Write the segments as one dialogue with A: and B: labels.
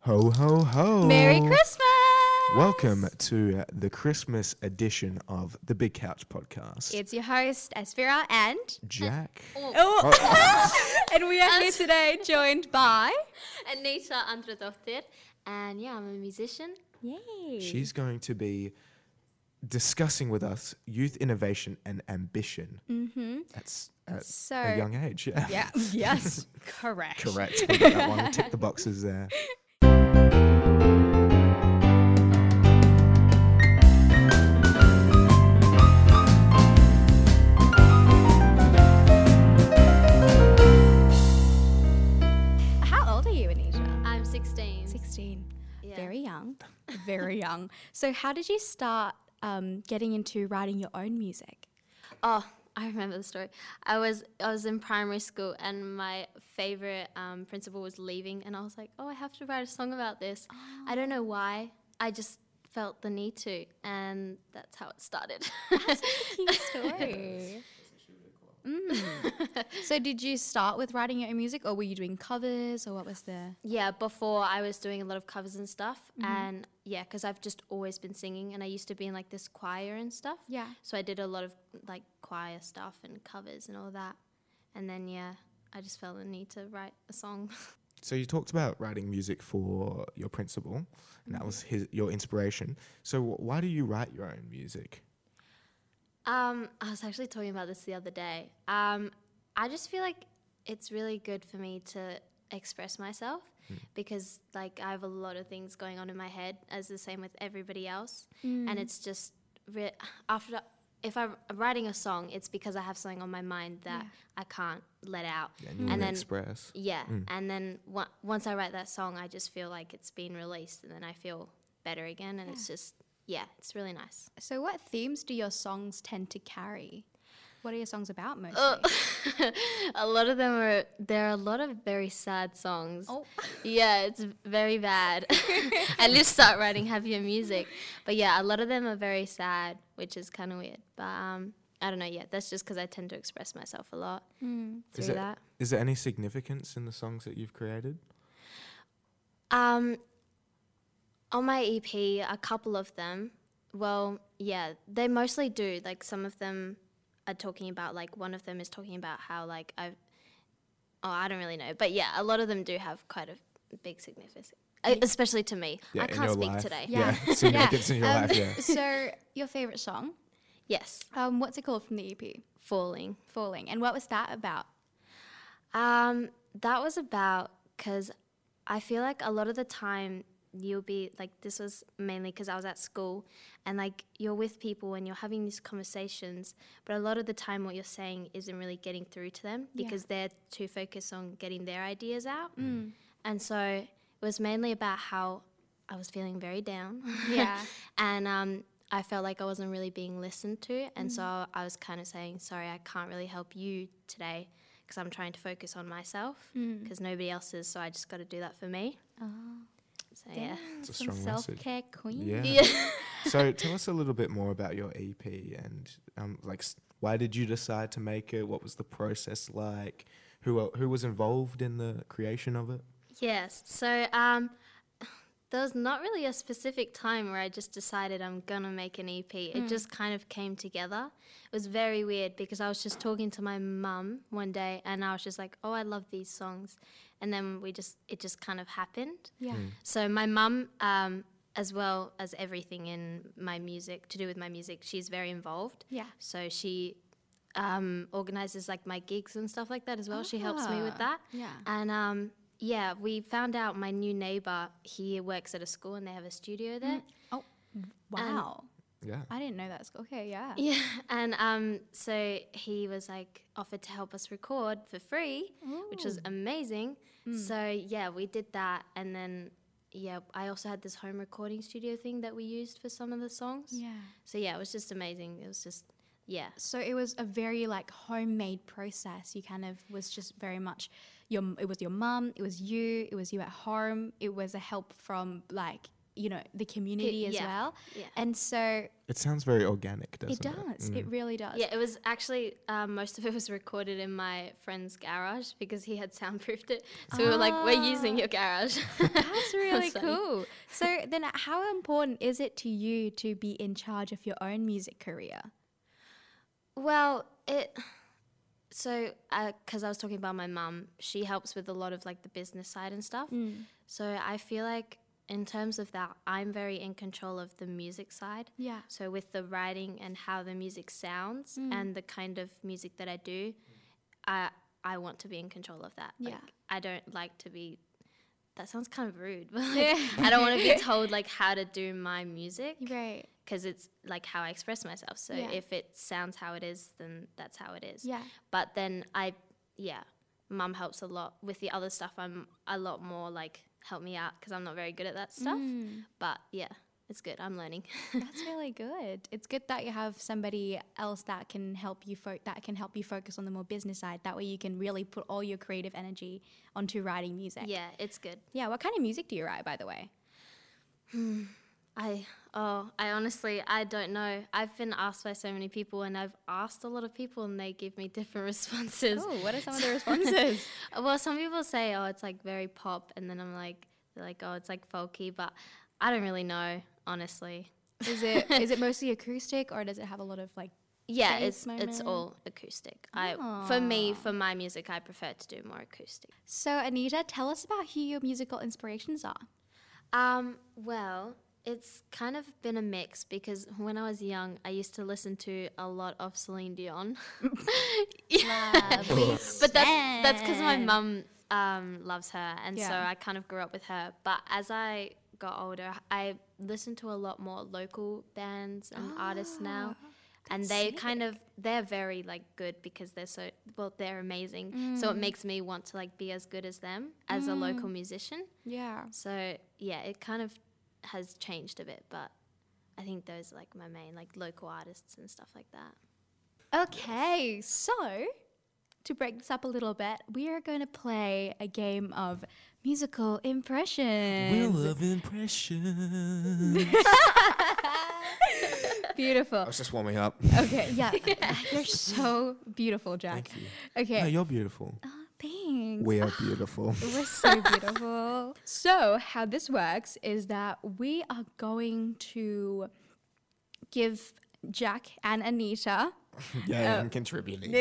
A: Ho, ho, ho.
B: Merry Christmas.
A: Welcome to the Christmas edition of the Big Couch Podcast.
B: It's your host, Asfira, and.
A: Jack.
B: Oh. and we are here today joined by.
C: Anita Andradottir, and yeah, I'm a musician.
B: Yay.
A: She's going to be discussing with us youth innovation and ambition. Mm-hmm. That's at
B: So-
A: a young age. Yeah.
B: Yeah, yes, correct.
A: Correct. We got that one. Tick the boxes there.
B: How old are you, Anisha?
C: I'm 16.
B: 16.
C: Yeah.
B: Very young. Very young. So, how did you start um, getting into writing your own music?
C: Oh, I remember the story. I was I was in primary school, and my favorite um, principal was leaving, and I was like, oh, I have to write a song about this. I don't know why. I just felt the need to, and that's how it started.
B: story. Mm. So, did you start with writing your own music, or were you doing covers, or what was the?
C: yeah, before I was doing a lot of covers and stuff, and yeah, because I've just always been singing, and I used to be in like this choir and stuff.
B: Yeah.
C: So I did a lot of like choir stuff and covers and all that. And then yeah, I just felt the need to write a song.
A: So you talked about writing music for your principal, and that was his your inspiration. So wh- why do you write your own music?
C: Um, I was actually talking about this the other day. Um, I just feel like it's really good for me to express myself because like I have a lot of things going on in my head as the same with everybody else and it's just re- after if I'm writing a song it's because I have something on my mind that I can't let out
A: And you
C: and
A: wanna
C: then
A: express.
C: Yeah, and then on- once I write that song, I just feel like it's been released, and then I feel better again, and it's just yeah, it's really nice.
B: So, what themes do your songs tend to carry? What are your songs about mostly?
C: a lot of them are there are a lot of very sad songs.
B: Oh.
C: Yeah, it's very bad. I just start writing happier music, but yeah, a lot of them are very sad, which is kind of weird. But um, I don't know. Yeah, that's just because I tend to express myself a lot through
A: it-
C: that.
A: Is there any significance in the songs that you've created?
C: Um, on my EP, a couple of them. Well, yeah, they mostly do. Like some of them are talking about like one of them is talking about how like I, oh I don't really know, but yeah, a lot of them do have quite a big significance, e- especially to me. I
A: in
C: can't
A: your
C: speak
A: life.
C: today.
A: Yeah,
B: Yeah.
A: significance in your life. Yeah.
B: so, your favorite song?
C: Yes,
B: Um, what's it called from the EP?
C: falling.
B: Falling. And what was that about?
C: Um, that was about because I feel like a lot of the time you'll be like this was mainly because I was at school and like you're with people and you're having these conversations, but a lot of the time what you're saying isn't really getting through to them
B: Yeah.
C: because they're too focused on getting their ideas out. And so it was mainly about how I was feeling very down.
B: Yeah.
C: and um, I felt like I wasn't really being listened to. And so I was kind of saying, sorry, I can't really help you today because I'm trying to focus on myself because nobody else is. So I just got to do that for me. So, yeah.
A: It's a
B: Some
A: strong message.
B: self-care queen.
A: Yeah. so tell us a little bit more about your EP and um, like s- why did you decide to make it? What was the process like? Who el- who was involved in the creation of it?
C: Yes. So um, there was not really a specific time where I just decided I'm gonna make an EP. It just kind of came together. It was very weird because I was just talking to my mum one day, and I was just like, "Oh, I love these songs," and then we just it just kind of happened.
B: Yeah.
A: Hmm.
C: So my mum, um, as well as everything in my music to do with my music, she's very involved.
B: Yeah.
C: So she um, organizes like my gigs and stuff like that as well. She helps me
B: Ah,
C: with that.
B: yeah.
C: And um, yeah, we found out my new neighbor. He works at a school and they have a studio there.
B: Oh, wow.
A: Yeah.
B: I didn't know that's okay. Yeah.
C: Yeah, and um, so he was like offered to help us record for free, which was
B: Hmm.
C: amazing. So yeah, we did that, and then yeah, I also had this home recording studio thing that we used for some of the songs.
B: Yeah.
C: So yeah, it was just amazing. It was just yeah,
B: So it was a very like homemade process. You kind of was just very much your. It was your mum. It was you. It was you at home. It was a help from like you know, the community as
C: yeah.
B: well.
C: Yeah.
B: And so
A: It sounds very organic, doesn't
B: it
A: it?
B: does. It
A: Mm.
B: really does.
C: Yeah, it was actually um, most of it was recorded in my friend's garage because he had soundproofed it. So we were like, we're using your garage.
B: Ah, That's really
C: funny.
B: cool. So then how important is it to you to be in charge of your own music career?
C: Well, it so because I was talking about my mum, she helps with a lot of like the business side and stuff. So I feel like in terms of that, I'm very in control of the music side.
B: Yeah.
C: So with the writing and how the music sounds
B: Mm.
C: and the kind of music that I do, I I want to be in control of that. Like,
B: Yeah.
C: I don't like to be. That sounds kind of rude, but like, I don't want to be told like how to do my music
B: Right.
C: because it's like how I express myself. So
B: Yeah.
C: if it sounds how it is, then that's how it is.
B: Yeah.
C: But then I, yeah, mum helps a lot with the other stuff. I'm a lot more like help me out because I'm not very good at that stuff.
B: Mm.
C: But yeah, it's good. I'm learning.
B: That's really good. It's good that you have somebody else that can help you fo- that can help you focus on the more business side. That way you can really put all your creative energy onto writing music.
C: yeah, it's good.
B: Yeah, what kind of music do you write by the way?
C: I oh, I honestly I don't know. I've been asked by so many people, and I've asked a lot of people, and they give me different responses.
B: Oh, what are some of the responses?
C: Well, some people say, oh, it's like very pop, and then I'm like, they're like, oh, it's like folky, but I don't really know, honestly.
B: is it is it mostly acoustic or does it have a lot of like
C: Yeah,
B: Dance
C: it's it's
B: moment.
C: all acoustic. I for me for my music, I prefer to do more acoustic.
B: So Anita, tell us about who your musical inspirations are.
C: Um, well, it's kind of been a mix because when I was young, I used to listen to a lot of Celine Dion. but that's that's because my mum um, loves her, and so
B: Yeah.
C: I kind of grew up with her. But as I got older, I listened to a lot more local bands and artists now,
B: Ah,
C: and they kind of they're very like good because they're so well they're amazing. So
B: Mm.
C: it makes me want to like be as good as them as a local musician.
B: Yeah.
C: So yeah, it kind of has changed a bit, but I think those are like my main like local artists and stuff like that.
B: Okay, so to break this up a little bit, we are going to play a game of musical impressions.
A: of impression. I
B: Beautiful.
A: was just warming up.
B: Okay, yeah, you're so beautiful, Jack.
A: Thank you.
B: Okay,
A: No, you're beautiful.
B: thanks.
A: We are beautiful.
B: We're so beautiful. So, how this works is that we are going to give Jack and Anita,
A: yeah, I'm contributing.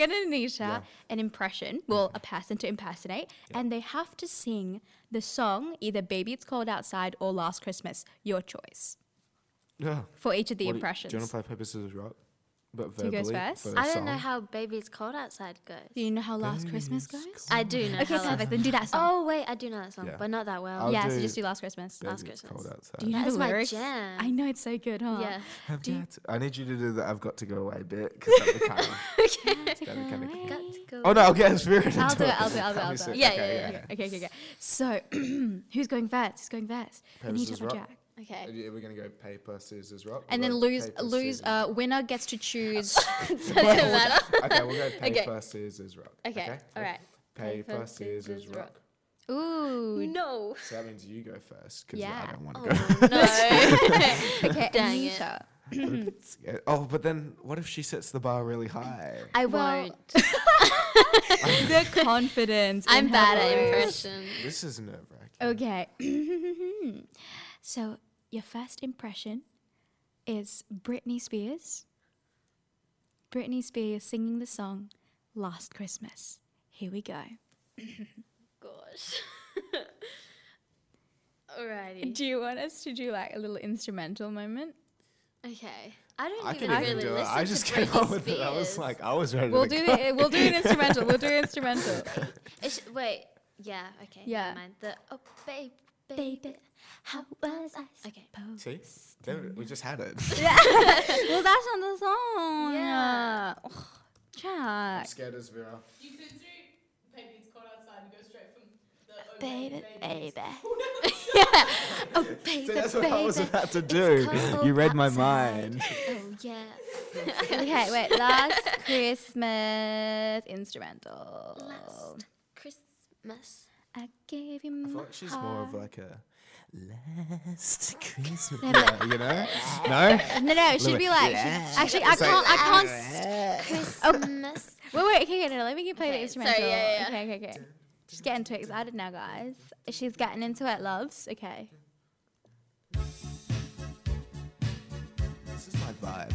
B: and Anita, an impression, well, a person to impersonate, and they have to sing the song either Baby It's Cold Outside or Last Christmas, your choice,
A: Yeah.
B: for each of the
A: What do you-
B: impressions.
A: Do you want to play Paper Scissors Rock? But
B: Who
A: verbally.
B: goes first?
A: for a
C: I don't know
A: song.
C: how "Baby It's Cold Outside" goes.
B: Do you know how Last Christmas goes?
C: I do know.
B: Okay,
C: how that-
B: perfect. Then do that song.
C: Oh wait, I do know that song,
A: Yeah.
C: but not that well.
A: I'll
B: yeah, so
A: do
B: just do Last Christmas. Uh,
A: Baby,
C: Last
A: it's
C: Christmas.
A: cold outside.
B: Do you know
C: That's
B: the
C: my
B: lyrics?
C: jam.
B: I know it's so good, huh?
C: Yeah.
A: Have
B: Do you-
A: got- I need you to do the I've got to go away bit. 'cause that'd be kind of- that'd be kind of cool.
C: Got to go.
A: Oh no, I'll get a spirit.
B: I'll
A: into
B: do it. I'll do it. I'll do it.
A: That'd
B: I'll
A: be
B: do
A: sick.
B: it.
C: Yeah,
A: Okay,
C: yeah,
A: yeah.
B: Okay, okay, okay. So, who's going first? Who's going first?
A: Papers
B: Anita
A: is
B: or
A: rock.
B: Jack?
A: Are
C: Okay.
A: you- We're gonna go paper, scissors, rock.
B: And then
A: Rock,
B: lose,
A: paper,
B: lose.
A: scissors.
B: Uh, winner gets to choose.
C: Doesn't matter.
A: okay, we'll go paper, scissors, rock.
C: Okay, alright.
A: Paper,
C: Paper,
A: scissors,
C: scissors,
A: rock.
C: rock.
B: Ooh.
C: No.
A: So that means you go first because I
B: Yeah.
A: don't want to
C: Oh, no.
B: Okay,
C: Dang it.
B: Anita.
A: go. oh, but then what if she sets the bar really high?
C: I
B: Well,
C: won't.
B: the confidence. in
C: I'm
B: her
C: bad at
B: voice.
C: impression.
A: This is nerve wracking.
B: Okay. so your first impression is Britney Spears. Britney Spears singing the song "Last Christmas." Here we go.
C: Gosh. Alrighty.
B: Do you want us to do like a little instrumental moment?
C: Okay. I don't
A: I
C: even
A: can even
C: really
A: do it.
C: listen
A: I just
C: to
A: came
C: Britney
A: up with it. I was
C: Spears.
A: like, I was ready
B: We'll
A: to
B: do
A: go.
B: the we'll do an instrumental. We'll do an instrumental.
C: It's, wait. Yeah. Okay.
B: Yeah.
C: Never mind. The oh, babe, babe.
B: Baby, how was I?
C: Okay. Oh,
A: See? There- we just had it.
B: Well, that's not the song.
C: Yeah.
B: Oh, Jack.
A: Scared as Vera.
D: You could do Baby It's Cold Outside and go straight from the oh,
B: Baby, baby.
C: Oh, baby,
A: See, that's what I was
C: baby.
A: about to do.
C: cold
A: You read my
C: outside.
A: mind.
C: Oh yeah.
B: Okay, wait. Last Christmas instrumental.
C: Last Christmas.
B: I gave you
A: I
B: my
A: feel like she's more of
B: heart.
A: like a
E: Last Christmas.
B: No, but-
A: you know? No?
B: no, no, it
A: Little
B: should be
A: bit.
B: like.
E: Yeah.
B: Actually, I can't. I can't. s- Oh.
C: Christmas.
B: Wait, wait, okay, okay, no, let me keep playing the
C: Okay, sorry,
B: instrumental.
C: yeah, yeah,
B: Okay, okay, okay. She's getting too excited now, guys. She's getting into it, loves. Okay.
A: This is my vibe.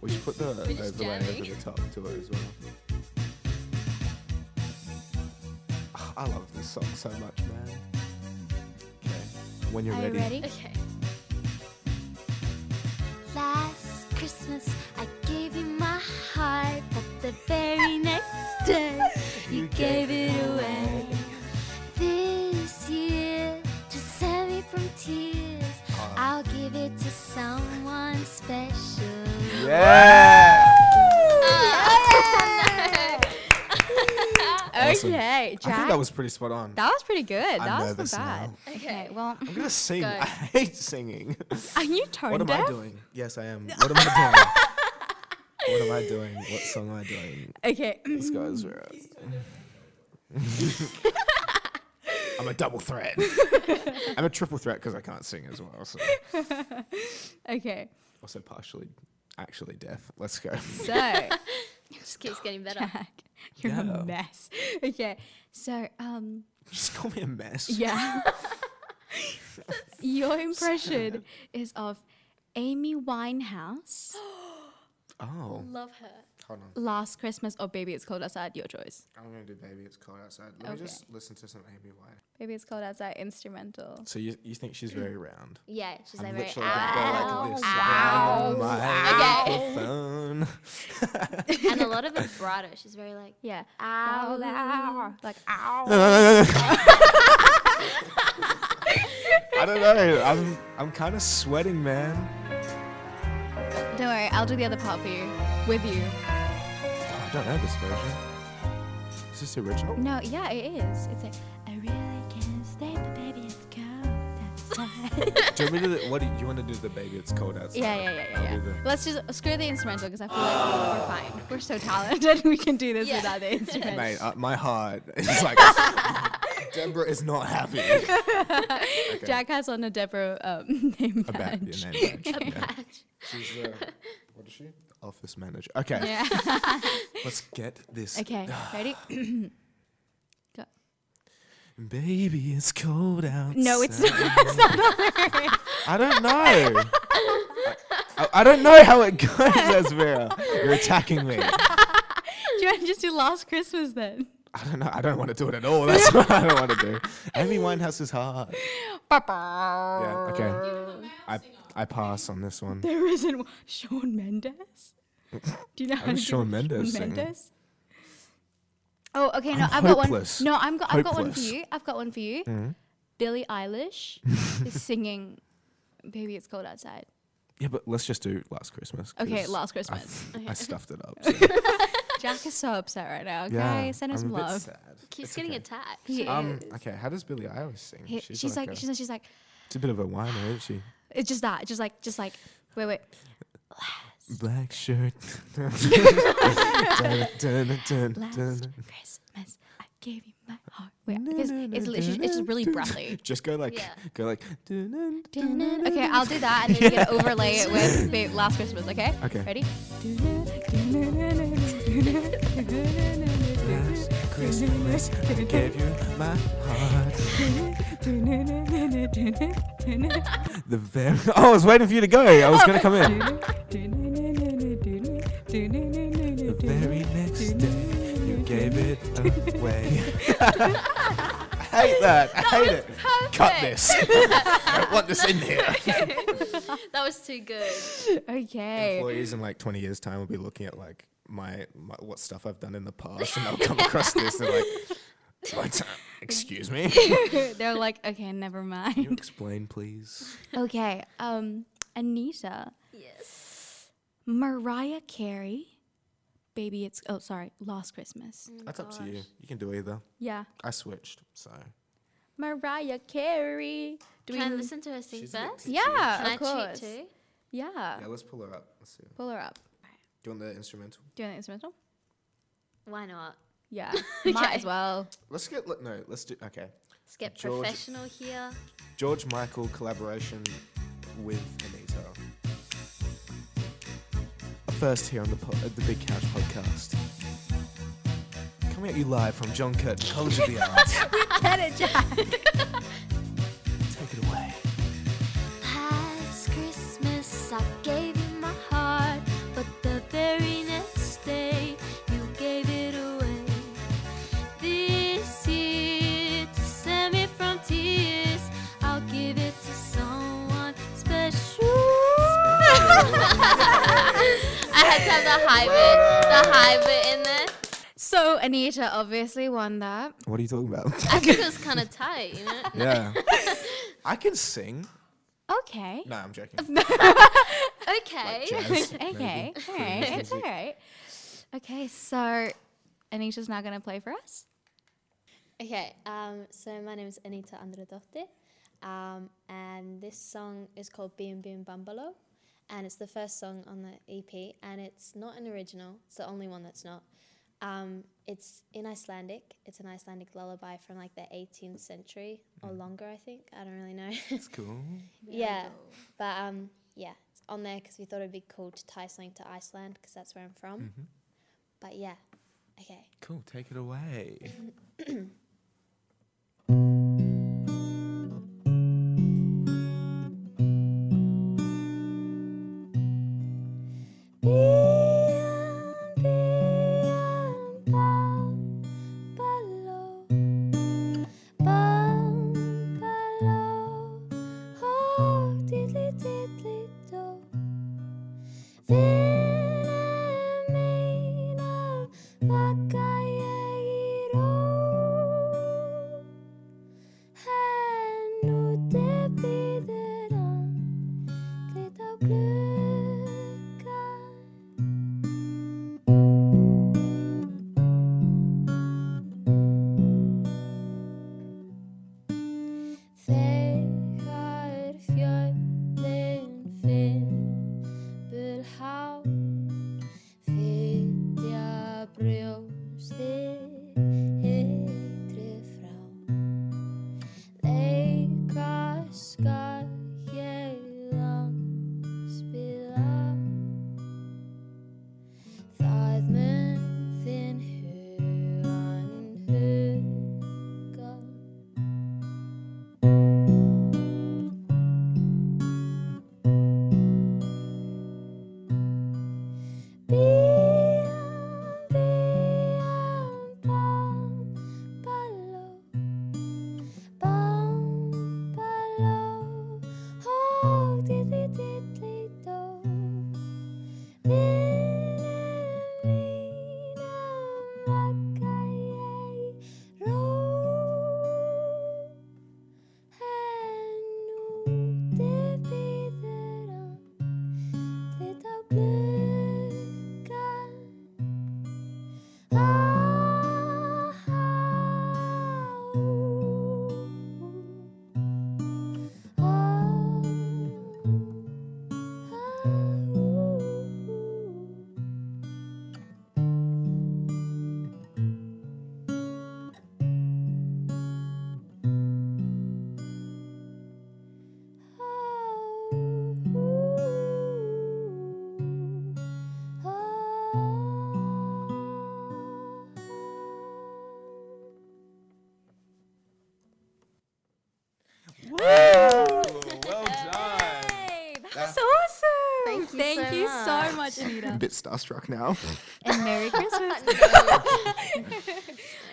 A: We should put the
C: just
A: overlay
C: jamming.
A: over the top to it as well. Ah, I love this song so much, man. Okay, when you're
B: Are you
A: ready.
B: ready?
C: Okay. Last Christmas, I gave you my heart, but the very next day, you gave it away. This year, to save me from tears, I'll give it to someone special. Ah.
A: Awesome.
B: Okay,
A: I think
B: Jack.
A: that was pretty spot on.
B: That was pretty good.
A: I'm
B: that was
A: nervous
B: not bad.
A: now.
B: Okay, well,
A: I'm gonna sing.
C: Go.
A: I hate singing.
B: are you tone
A: what am
B: deaf?
A: I doing? Yes, I am. What am I doing? what am I doing? What song am I doing?
B: Okay. mm,
A: This guy's right. I'm a double threat. I'm a triple threat because I can't sing as well. So.
B: okay.
A: Also partially, actually deaf. Let's go.
B: So,
C: Just
B: Oh,
C: keeps getting better.
B: Jack, you're
A: Yeah.
B: a mess. Okay. So, um,
A: Just call me a mess.
B: yeah. Your impression is of Amy Winehouse,
A: Oh,
C: Love her.
A: hold on.
B: Last Christmas, or Baby It's Cold Outside. Your choice.
A: I'm gonna do "Baby It's Cold Outside." Let
B: Okay.
A: me just listen to some Amy White.
B: Baby It's Cold Outside instrumental.
A: So you you think she's very round?
C: Yeah, she's
A: I'm
C: like very
A: literally gonna go
C: ow,
A: like this.
C: ow,
A: around
C: ow. Okay.
A: my microphone.
C: and a lot of vibrato. She's very like
B: Yeah.
C: ow,
B: Like ah. ow.
A: I don't know. I'm I'm kind of sweating, man.
B: Don't worry, I'll do the other part for you. With you.
A: I don't know this version. Is this the original?
B: No, yeah, it is. It's like I really can't stay, but baby, it's cold outside.
A: Do you want me to do the, what do you, you want to do the baby? It's cold outside.
B: yeah, yeah, yeah,
A: I'll
B: yeah.
A: do
B: yeah.
A: the-
B: Let's just screw the instrumental because I feel like we're fine. We're so talented, we can do this
C: Yeah.
B: without the instrumental.
A: Mate, uh, my heart is like. Deborah is not happy.
B: Jack has on a Deborah um, name
A: A ba-
B: badge.
A: yeah, name badge, yeah.
C: ouch.
A: She's the what is she? Office manager. Okay.
B: Yeah.
A: Let's get this.
B: okay, ready? Go.
A: Baby, it's cold outside.
B: No, it's not.
A: I don't know. I, I- I don't know how it goes, Esmera. You're attacking me.
B: Do you want to just do Last Christmas then?
A: I don't know. I don't want to do it at all. That's what I don't want to do. Amy Winehouse is hard. Yeah. Okay. I I pass on this one.
B: There isn't one. Sean Mendes? Do you know how to
A: does
B: do
A: Shawn Mendes
B: Shawn
A: sing?
B: Mendes? Oh, okay. No,
A: I'm
B: have got one.
A: hopeless.
B: No, I'm got, I've got one for
A: Hopeless. Mm-hmm.
B: you. I've got one for you. Billie Eilish is singing Baby It's Cold Outside.
A: Yeah, but let's just do Last Christmas.
B: Okay,
A: 'cause
B: Last
A: I f-
B: Christmas.
A: I, stuffed it up. so-
B: Jack is so upset right now. Okay,
A: Yeah,
B: send him
A: I'm
B: some
A: a bit
B: love.
A: sad.
C: Keeps
A: It's
C: getting
A: okay.
C: attacked.
B: He
A: Um.
B: is.
A: Okay. How does Billie Eilish sing?
B: He- she's, like,
A: a-
B: she's like, she's like,
A: she's a bit of a whiner, isn't she?
B: it's just that. Just like, just like, wait, wait.
A: Black shirt. Dun, dun, dun, dun,
B: Last
A: dun.
B: Christmas, I gave you my heart. Wait, it's, it's, li- it's, just, it's just really breathy.
A: Just go like,
C: Yeah.
A: go like. dun, dun, dun, dun,
B: Okay,
A: dun.
B: I'll do that and then you can overlay it with Ba- Last Christmas, okay?
A: Okay.
B: Ready?
A: Last Christmas, I gave you my heart. The very. Oh, I was waiting for you to go. I was gonna come in. The very next day, you gave it away. I hate that. I hate it. Cut this. I don't want this in here.
C: That was too good.
B: Okay.
A: Employees in like 20 years' time will be looking at like my, my what stuff I've done in the past, and they'll come across this. They're like, "What? excuse me. Can
B: They're like, okay, never
A: you
B: mind.
A: explain, please?
B: Okay, um, Anita,
C: Yes.
B: Mariah Carey, Baby It's, oh, sorry, Last Christmas.
C: Mm.
A: That's up to you. You can do either.
B: Yeah.
A: I switched, so
B: Mariah Carey. Do
C: Can I
B: we
C: listen to her sing
A: She's a bit
C: first?
A: cheeky.
B: Yeah,
C: Can I
B: of course.
C: cheat too?
B: Yeah.
A: yeah. Let's pull her up. Let's see.
B: Pull her up.
A: Do you want the instrumental?
B: Do you want the instrumental?
C: Why not? Yeah, might as well.
A: Let's get let- no. Let's do okay.
F: Let's get
A: George-
F: professional here.
A: George Michael collaboration with Anita. Up First here on the po- uh, the Big Couch podcast. Coming at you live from John Curtin College of the Arts.
C: Get it, Jack.
A: Take it away.
F: Last Christmas, I gave you my heart, but the very next day, you gave it away. This year, to save me from tears, I'll give it to someone special. I had to have the high bit, the high bit in there.
C: So Anita obviously won that.
A: What are you talking about?
F: I think it was kind of tight, you know.
A: yeah. I can sing.
B: Okay.
A: No, I'm joking.
F: Okay.
B: Okay. All right. It's all right. Okay. So Anita's now going to play for us.
A: Ah.
F: Okay, um, so my name is Anita Andredotte, um, and this song is called Beam Beam Bumbalo, and it's the first song on the EP, and it's not an original, it's the only one that's not. Um, it's in Icelandic, it's an Icelandic lullaby from like the 18th century or longer, I think. I don't really know.
A: It's cool.
F: yeah, but um, yeah, it's on there because we thought it'd be cool to tie something to Iceland because that's where I'm from. But yeah, okay.
A: Cool. Take it away.
F: Þegar fjöldin finnur há Fytja brjóstið ytri frá Leika skal ég langspila Það mun þinn hugan huga Oh, oh. Ah.
A: well done.
C: That's awesome.
F: Thank you
C: Thank
F: so
C: you
F: much.
C: so much, Anita.
A: bit starstruck now.
B: And Merry Christmas.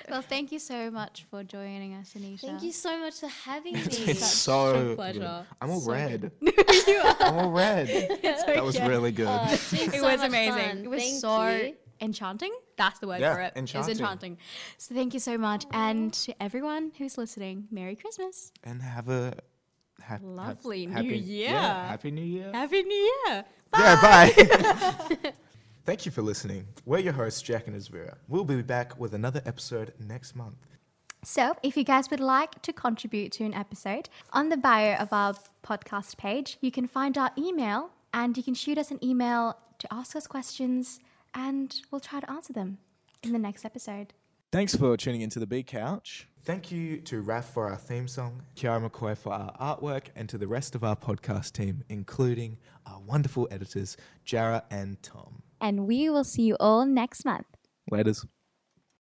C: well, thank you so much for joining us, Anita.
F: Thank you so much for having me.
A: It's been so
C: a pleasure.
A: good. I'm all
C: So
A: red. I'm all red. That was really good.
F: Oh, it's been
C: It
F: so
C: was
F: much
C: amazing.
F: fun.
C: It was
F: Thank
C: so
F: you.
C: enchanting. That's the word
A: Yeah,
C: for it. It
A: enchanting.
C: was enchanting.
B: So thank you so much. And to everyone who's listening, Merry Christmas.
A: And have a hap- hap-
C: Lovely New
A: happy,
C: Year.
A: Yeah, happy New Year.
C: Happy New Year.
A: Yeah, bye. Thank you for listening. We're your hosts, Jack and Isvira. We'll be back with another episode next month.
B: So, if you guys would like to contribute to an episode, on the bio of our podcast page, you can find our email and you can shoot us an email to ask us questions and we'll try to answer them in the next episode.
G: Thanks for tuning into the Big Couch.
A: Thank you to Raf for our theme song, Kiara McCoy for our artwork, and to the rest of our podcast team, including our wonderful editors, Jara and Tom.
B: And we will see you all next month.
G: Laters.